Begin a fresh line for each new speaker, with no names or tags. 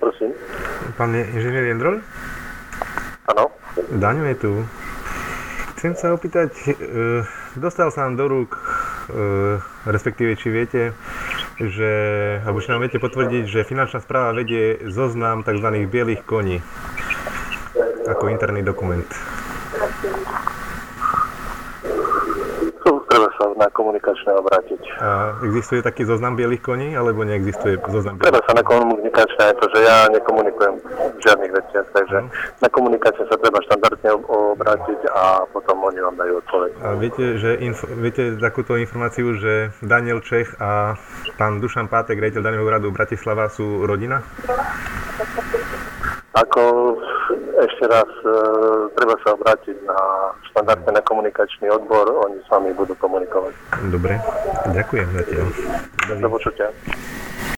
prosím.
Pán je- inžinier Jendrol?
Áno.
Daňo je tu. Chcem sa opýtať, e, dostal sa nám do rúk, e, respektíve či viete, že, alebo či nám viete potvrdiť, že finančná správa vedie zoznam tzv. bielých koní ako interný dokument.
To Treba sa na komunikačné obrátiť.
A existuje taký zoznam bielých koní, alebo neexistuje zoznam bielých
Treba sa na komunikačné, pretože ja nekomunikujem v žiadnych veciach, takže na komunikačné sa treba štandardne ob- obrátiť a potom oni vám dajú odpoveď.
A viete, že inf- viete takúto informáciu, že Daniel Čech a pán Dušan Pátek, rejiteľ daňového úradu Bratislava, sú rodina?
Ako ešte raz, e, treba sa obrátiť na štandardne na komunikačný odbor, oni s vami budú komunikovať.
Dobre, ďakujem zatiaľ.
Do počutia.